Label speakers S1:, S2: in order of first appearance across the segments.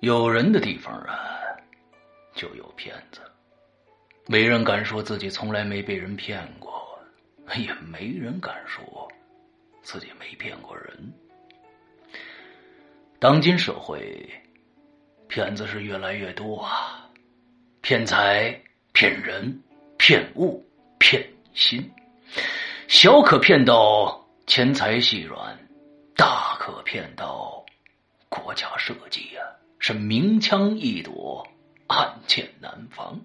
S1: 有人的地方啊，就有骗子。没人敢说自己从来没被人骗过，也没人敢说自己没骗过人。当今社会，骗子是越来越多啊，骗财、骗人、骗物、骗心，小可骗到钱财细软，大可骗到国家社稷呀、啊，是明枪易躲，暗箭难防。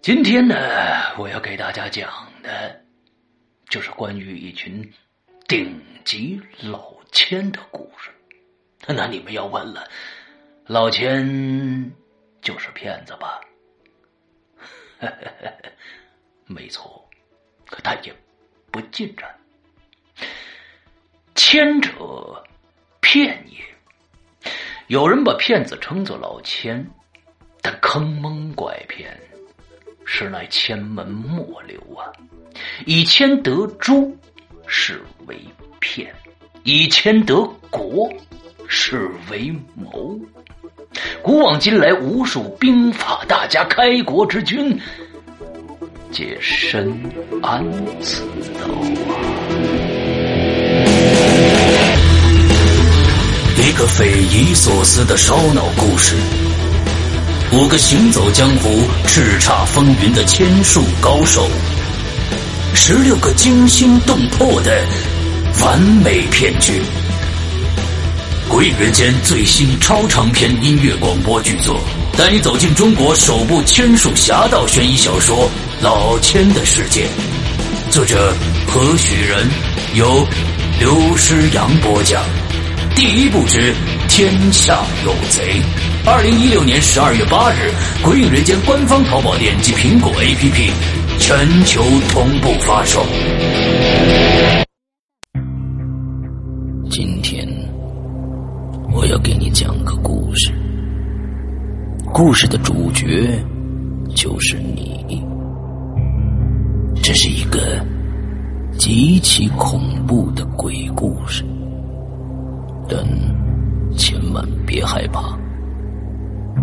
S1: 今天呢，我要给大家讲的，就是关于一群顶级老千的故事。那你们要问了，老千就是骗子吧？ 没错，可他也不尽然。千者骗也，有人把骗子称作老千，但坑蒙拐骗。实乃千门莫流啊！以千得诸，是为骗；以千得国，是为谋。古往今来，无数兵法大家、开国之君，皆深谙此道
S2: 啊！一个匪夷所思的烧脑故事。五个行走江湖、叱咤风云的千术高手，十六个惊心动魄的完美骗局，鬼语人间最新超长篇音乐广播剧作，带你走进中国首部千术侠盗悬疑小说《老千的世界》，作者何许人，由刘诗阳播讲。第一部之《天下有贼》，二零一六年十二月八日，《鬼影人间》官方淘宝店及苹果 APP 全球同步发售。
S3: 今天我要给你讲个故事，故事的主角就是你。这是一个极其恐怖的鬼故事。但千万别害怕，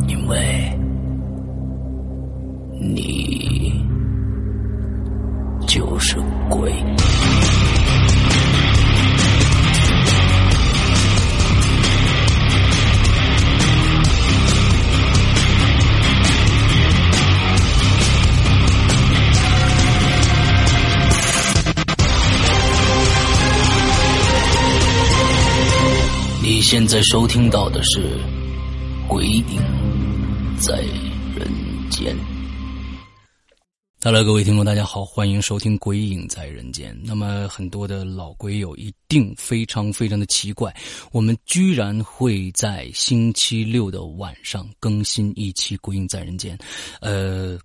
S3: 因为你就是鬼。你现在收听到的是《鬼影在人间》。
S2: Hello，各位听众，大家好，欢迎收听《鬼影在人间》。那么，很多的老鬼友一定非常非常的奇怪，我们居然会在星期六的晚上更新一期《鬼影在人间》。呃。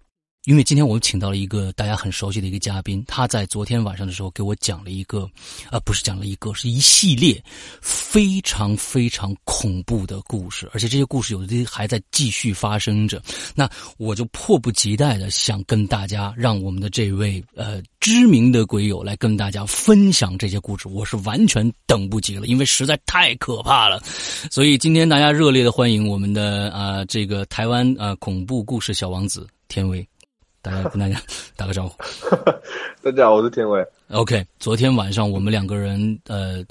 S2: 因为今天我请到了一个大家很熟悉的一个嘉宾，他在昨天晚上的时候给我讲了一个，啊、呃，不是讲了一个，是一系列非常非常恐怖的故事，而且这些故事有的还在继续发生着。那我就迫不及待的想跟大家，让我们的这位呃知名的鬼友来跟大家分享这些故事，我是完全等不及了，因为实在太可怕了。所以今天大家热烈的欢迎我们的啊、呃、这个台湾啊、呃、恐怖故事小王子天威。大家跟大家 打个招呼。
S4: 大家好，啊我是田伟。
S2: OK，昨天晚上我们两个人呃，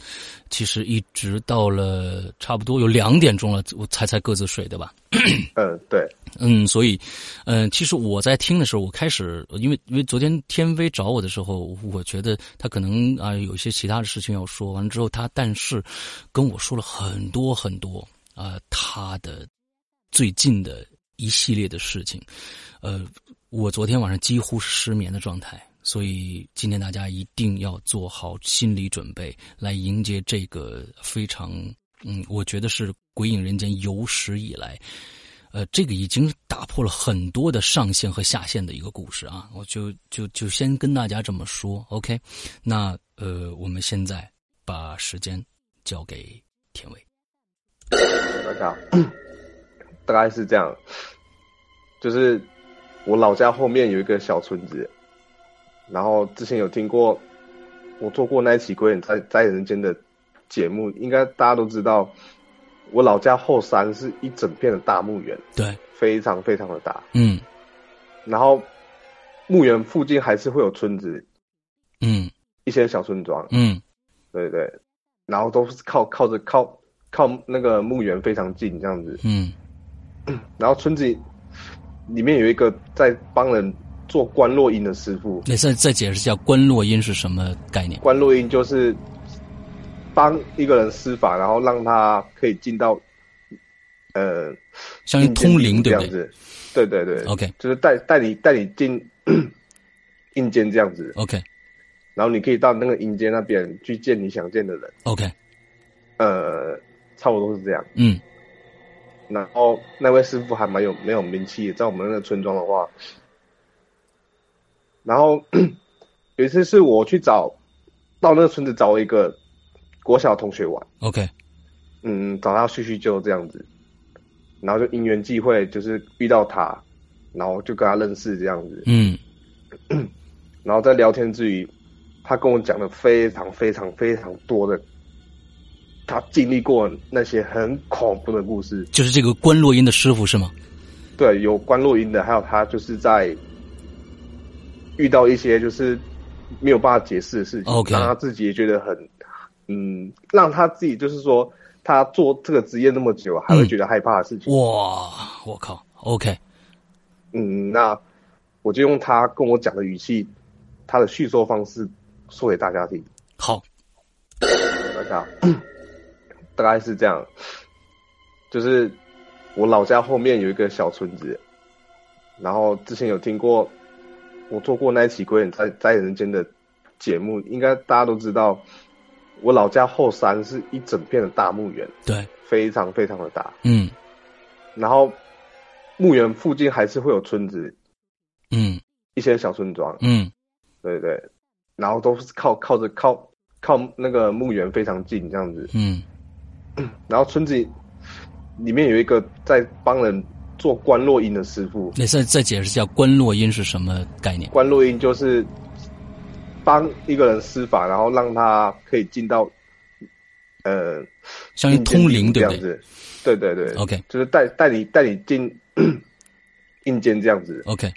S2: 其实一直到了差不多有两点钟了，我才才各自睡，对吧？
S4: 嗯，对。
S2: 嗯，所以，嗯、呃，其实我在听的时候，我开始因为因为昨天天威找我的时候，我觉得他可能啊、呃、有一些其他的事情要说，完了之后他但是跟我说了很多很多啊、呃、他的最近的一系列的事情，呃。我昨天晚上几乎是失眠的状态，所以今天大家一定要做好心理准备，来迎接这个非常嗯，我觉得是《鬼影人间》有史以来，呃，这个已经打破了很多的上限和下限的一个故事啊！我就就就先跟大家这么说，OK？那呃，我们现在把时间交给田伟。
S4: 大家啊大概是这样，就是。我老家后面有一个小村子，然后之前有听过，我做过那一期《鬼影在在人间》的节目，应该大家都知道，我老家后山是一整片的大墓园，
S2: 对，
S4: 非常非常的大。
S2: 嗯
S4: 然后墓园附近还是会有村子，
S2: 嗯
S4: 一些小村庄，
S2: 嗯
S4: 对对，然后都是靠靠着靠靠那个墓园非常近这样子。
S2: 嗯
S4: 然后村子里面有一个在帮人做关落音的师傅，
S2: 那再再解释一下关落音是什么概念？
S4: 关落音就是帮一个人施法，然后让他可以进到呃
S2: 相当于通灵，对不
S4: 这
S2: 哦
S4: 样
S2: 对
S4: 子。对对对
S2: ？OK
S4: 就是带带你带你进 阴间这样子，
S2: OK
S4: 然后你可以到那个阴间那边去见你想见的人，
S2: OK，
S4: 呃，差不多是这样。
S2: 嗯
S4: 然后那位师傅还蛮有蛮有名气的，在我们那个村庄的话。然后 有一次是我去找到那个村子找一个国小同学玩，
S2: OK，
S4: 嗯，找他叙叙旧这样子，然后就因缘际会，就是遇到他，然后就跟他认识这样子，
S2: 嗯
S4: 然后在聊天之余，他跟我讲了非常非常非常多的他经历过那些很恐怖的故事，
S2: 就是这个关落音的师傅是吗？
S4: 对，有关录音的，还有他就是在遇到一些就是没有办法解释的事情
S2: OK
S4: 让他自己也觉得很，嗯，让他自己就是说他做这个职业那么久，还会觉得害怕的事情。
S2: 哇，我靠，OK，
S4: 嗯，那我就用他跟我讲的语气，他的叙说方式说给大家听。
S2: 好，
S4: 大家啊大概是这样，就是我老家后面有一个小村子，然后之前有听过我做过那一期《鬼影在在人间》的节目，应该大家都知道，我老家后山是一整片的大墓园，
S2: 对，
S4: 非常非常的大，
S2: 嗯
S4: 然后墓园附近还是会有村子，
S2: 嗯
S4: 一些小村庄，
S2: 嗯
S4: 对对，然后都是靠靠着靠靠那个墓园非常近这样子，
S2: 嗯
S4: 然后村子里面有一个在帮人做关落音的师傅，
S2: 那再再解释一下关落音是什么概念？
S4: 关落音就是帮一个人施法，然后让他可以进到呃
S2: 相当于通灵，
S4: 这
S2: 对不
S4: 样
S2: 对
S4: 子，对对对
S2: ？OK
S4: 就是带带你带你进 阴间这样子，
S2: OK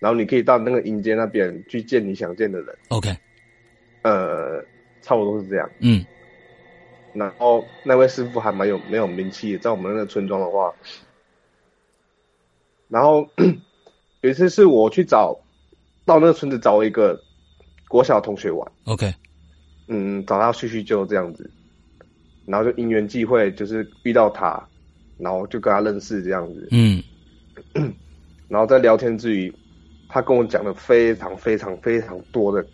S4: 然后你可以到那个阴间那边去见你想见的人，
S2: OK，
S4: 呃，差不多是这样。
S2: 嗯
S4: 然后那位师傅还蛮有蛮有名气的，在我们那个村庄的话。然后 有一次是我去找到那个村子找一个国小同学玩，
S2: OK，
S4: 嗯，找他叙叙旧这样子，然后就因缘际会，就是遇到他，然后就跟他认识这样子，
S2: 嗯
S4: 然后在聊天之余，他跟我讲了非常非常非常多的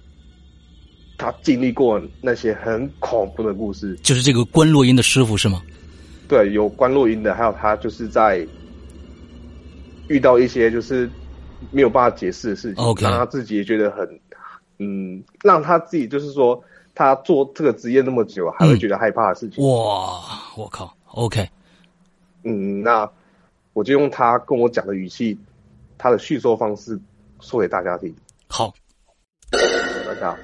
S4: 他经历过那些很恐怖的故事，
S2: 就是这个关落音的师傅是吗？
S4: 对，有关录音的，还有他就是在遇到一些就是没有办法解释的事情
S2: OK
S4: 让他自己也觉得很，嗯，让他自己就是说他做这个职业那么久，还会觉得害怕的事情。
S2: 哇，我靠，OK，
S4: 嗯，那我就用他跟我讲的语气，他的叙说方式说给大家听。
S2: 好，
S4: 大家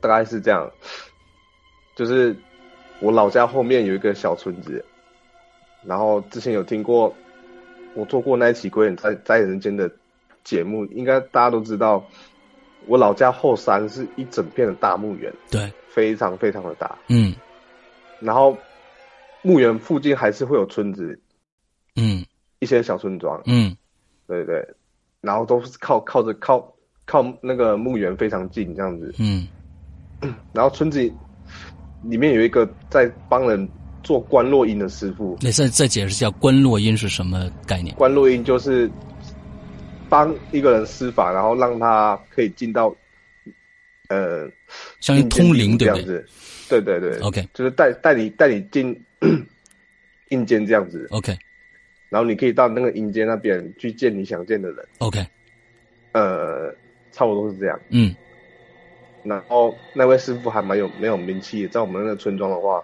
S4: 大概是这样，就是我老家后面有一个小村子，然后之前有听过我做过那一期《鬼影在在人间》的节目，应该大家都知道，我老家后山是一整片的大墓园，
S2: 对，
S4: 非常非常的大，
S2: 嗯
S4: 然后墓园附近还是会有村子，
S2: 嗯
S4: 一些小村庄，
S2: 嗯
S4: 对对，然后都是靠靠着靠靠那个墓园非常近这样子，
S2: 嗯
S4: 然后村子里面有一个在帮人做关落音的师傅，
S2: 那再再解释一下关落音是什么概念？
S4: 关落音就是帮一个人施法，然后让他可以进到呃
S2: 相当于通灵，
S4: 这
S2: 对不
S4: 样
S2: 对
S4: 子，对对对
S2: ？OK
S4: 就是带带你带你进 阴间这样子，
S2: OK
S4: 然后你可以到那个阴间那边去见你想见的人，
S2: OK，
S4: 呃，差不多是这样。
S2: 嗯
S4: 然后那位师傅还蛮有蛮有名气的，在我们那个村庄的话。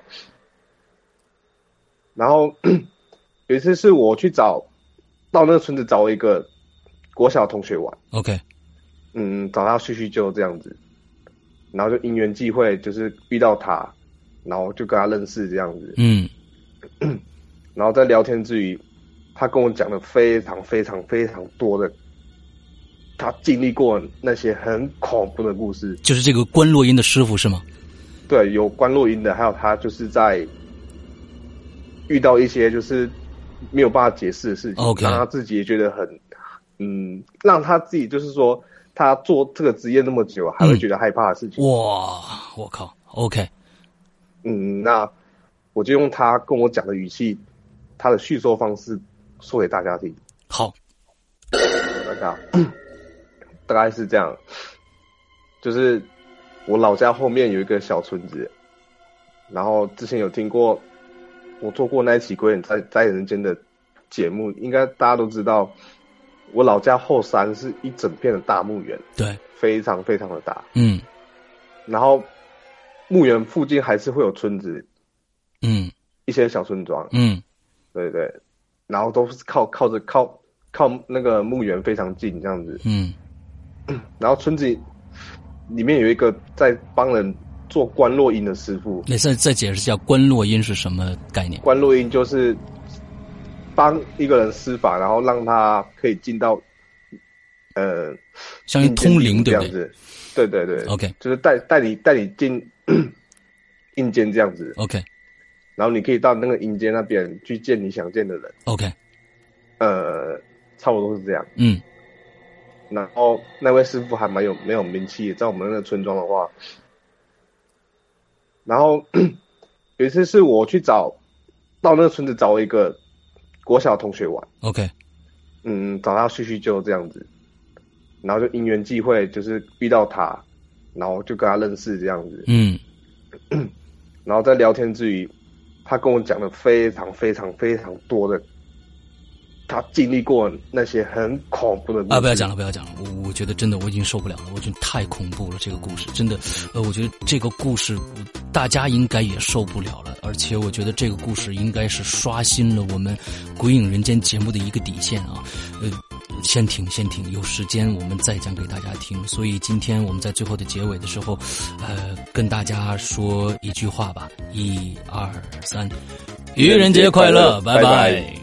S4: 然后 有一次是我去找到那个村子找一个国小同学玩，
S2: OK，
S4: 嗯，找他叙叙旧这样子，然后就因缘际会，就是遇到他，然后就跟他认识这样子，
S2: 嗯
S4: 然后在聊天之余，他跟我讲了非常非常非常多的他经历过那些很恐怖的故事，
S2: 就是这个关洛音的师傅是吗？
S4: 对，有关录音的，还有他就是在遇到一些就是没有办法解释的事情
S2: OK
S4: 让他自己也觉得很，嗯，让他自己就是说他做这个职业那么久，还会觉得害怕的事
S2: 嗯
S4: 情。
S2: 哇，我靠，OK，
S4: 嗯，那我就用他跟我讲的语气，他的叙说方式说给大家听。
S2: 好，
S4: 大家啊 大概是这样，就是我老家后面有一个小村子，然后之前有听过我做过那一期《鬼影在在人间》的节目，应该大家都知道，我老家后山是一整片的大墓园，
S2: 对，
S4: 非常非常的大，
S2: 嗯
S4: 然后墓园附近还是会有村子，
S2: 嗯
S4: 一些小村庄，
S2: 嗯
S4: 对对，然后都是靠靠着靠靠那个墓园非常近这样子，
S2: 嗯
S4: 然后村子里面有一个在帮人做关落音的师傅，
S2: 那再再解释一下关洛音是什么概念？
S4: 关落音就是帮一个人施法，然后让他可以进到呃，
S2: 相当于通灵，对
S4: 这
S2: 不哦
S4: 样
S2: 对
S4: 子，对对对
S2: ？OK
S4: 就是带带你带你进 阴间这样子，
S2: OK
S4: 然后你可以到那个阴间那边去见你想见的人，
S2: OK，
S4: 呃，差不多是这样。
S2: 嗯
S4: 然后那位师傅还蛮有蛮有名气，在我们那个村庄的话。然后 有一次是我去找到那个村子找一个国小同学玩，
S2: OK，
S4: 嗯，找他叙叙旧这样子，然后就因缘际会，就是遇到他，然后就跟他认识这样子，
S2: 嗯
S4: 然后在聊天之余，他跟我讲了非常非常非常多的他经历过那些很恐怖的故事
S2: 啊，不要讲了，不要讲了，我我觉得真的我已经受不了了，我觉得太恐怖了，这个故事真的，呃，我觉得这个故事我大家应该也受不了了，而且我觉得这个故事应该是刷新了我们《鬼影人间》节目的一个底线啊，呃。先停，先停，有时间我们再讲给大家听。所以今天我们在最后的结尾的时候，呃，跟大家说一句话吧，一二三，愚人节快乐，
S4: 拜拜
S2: 拜拜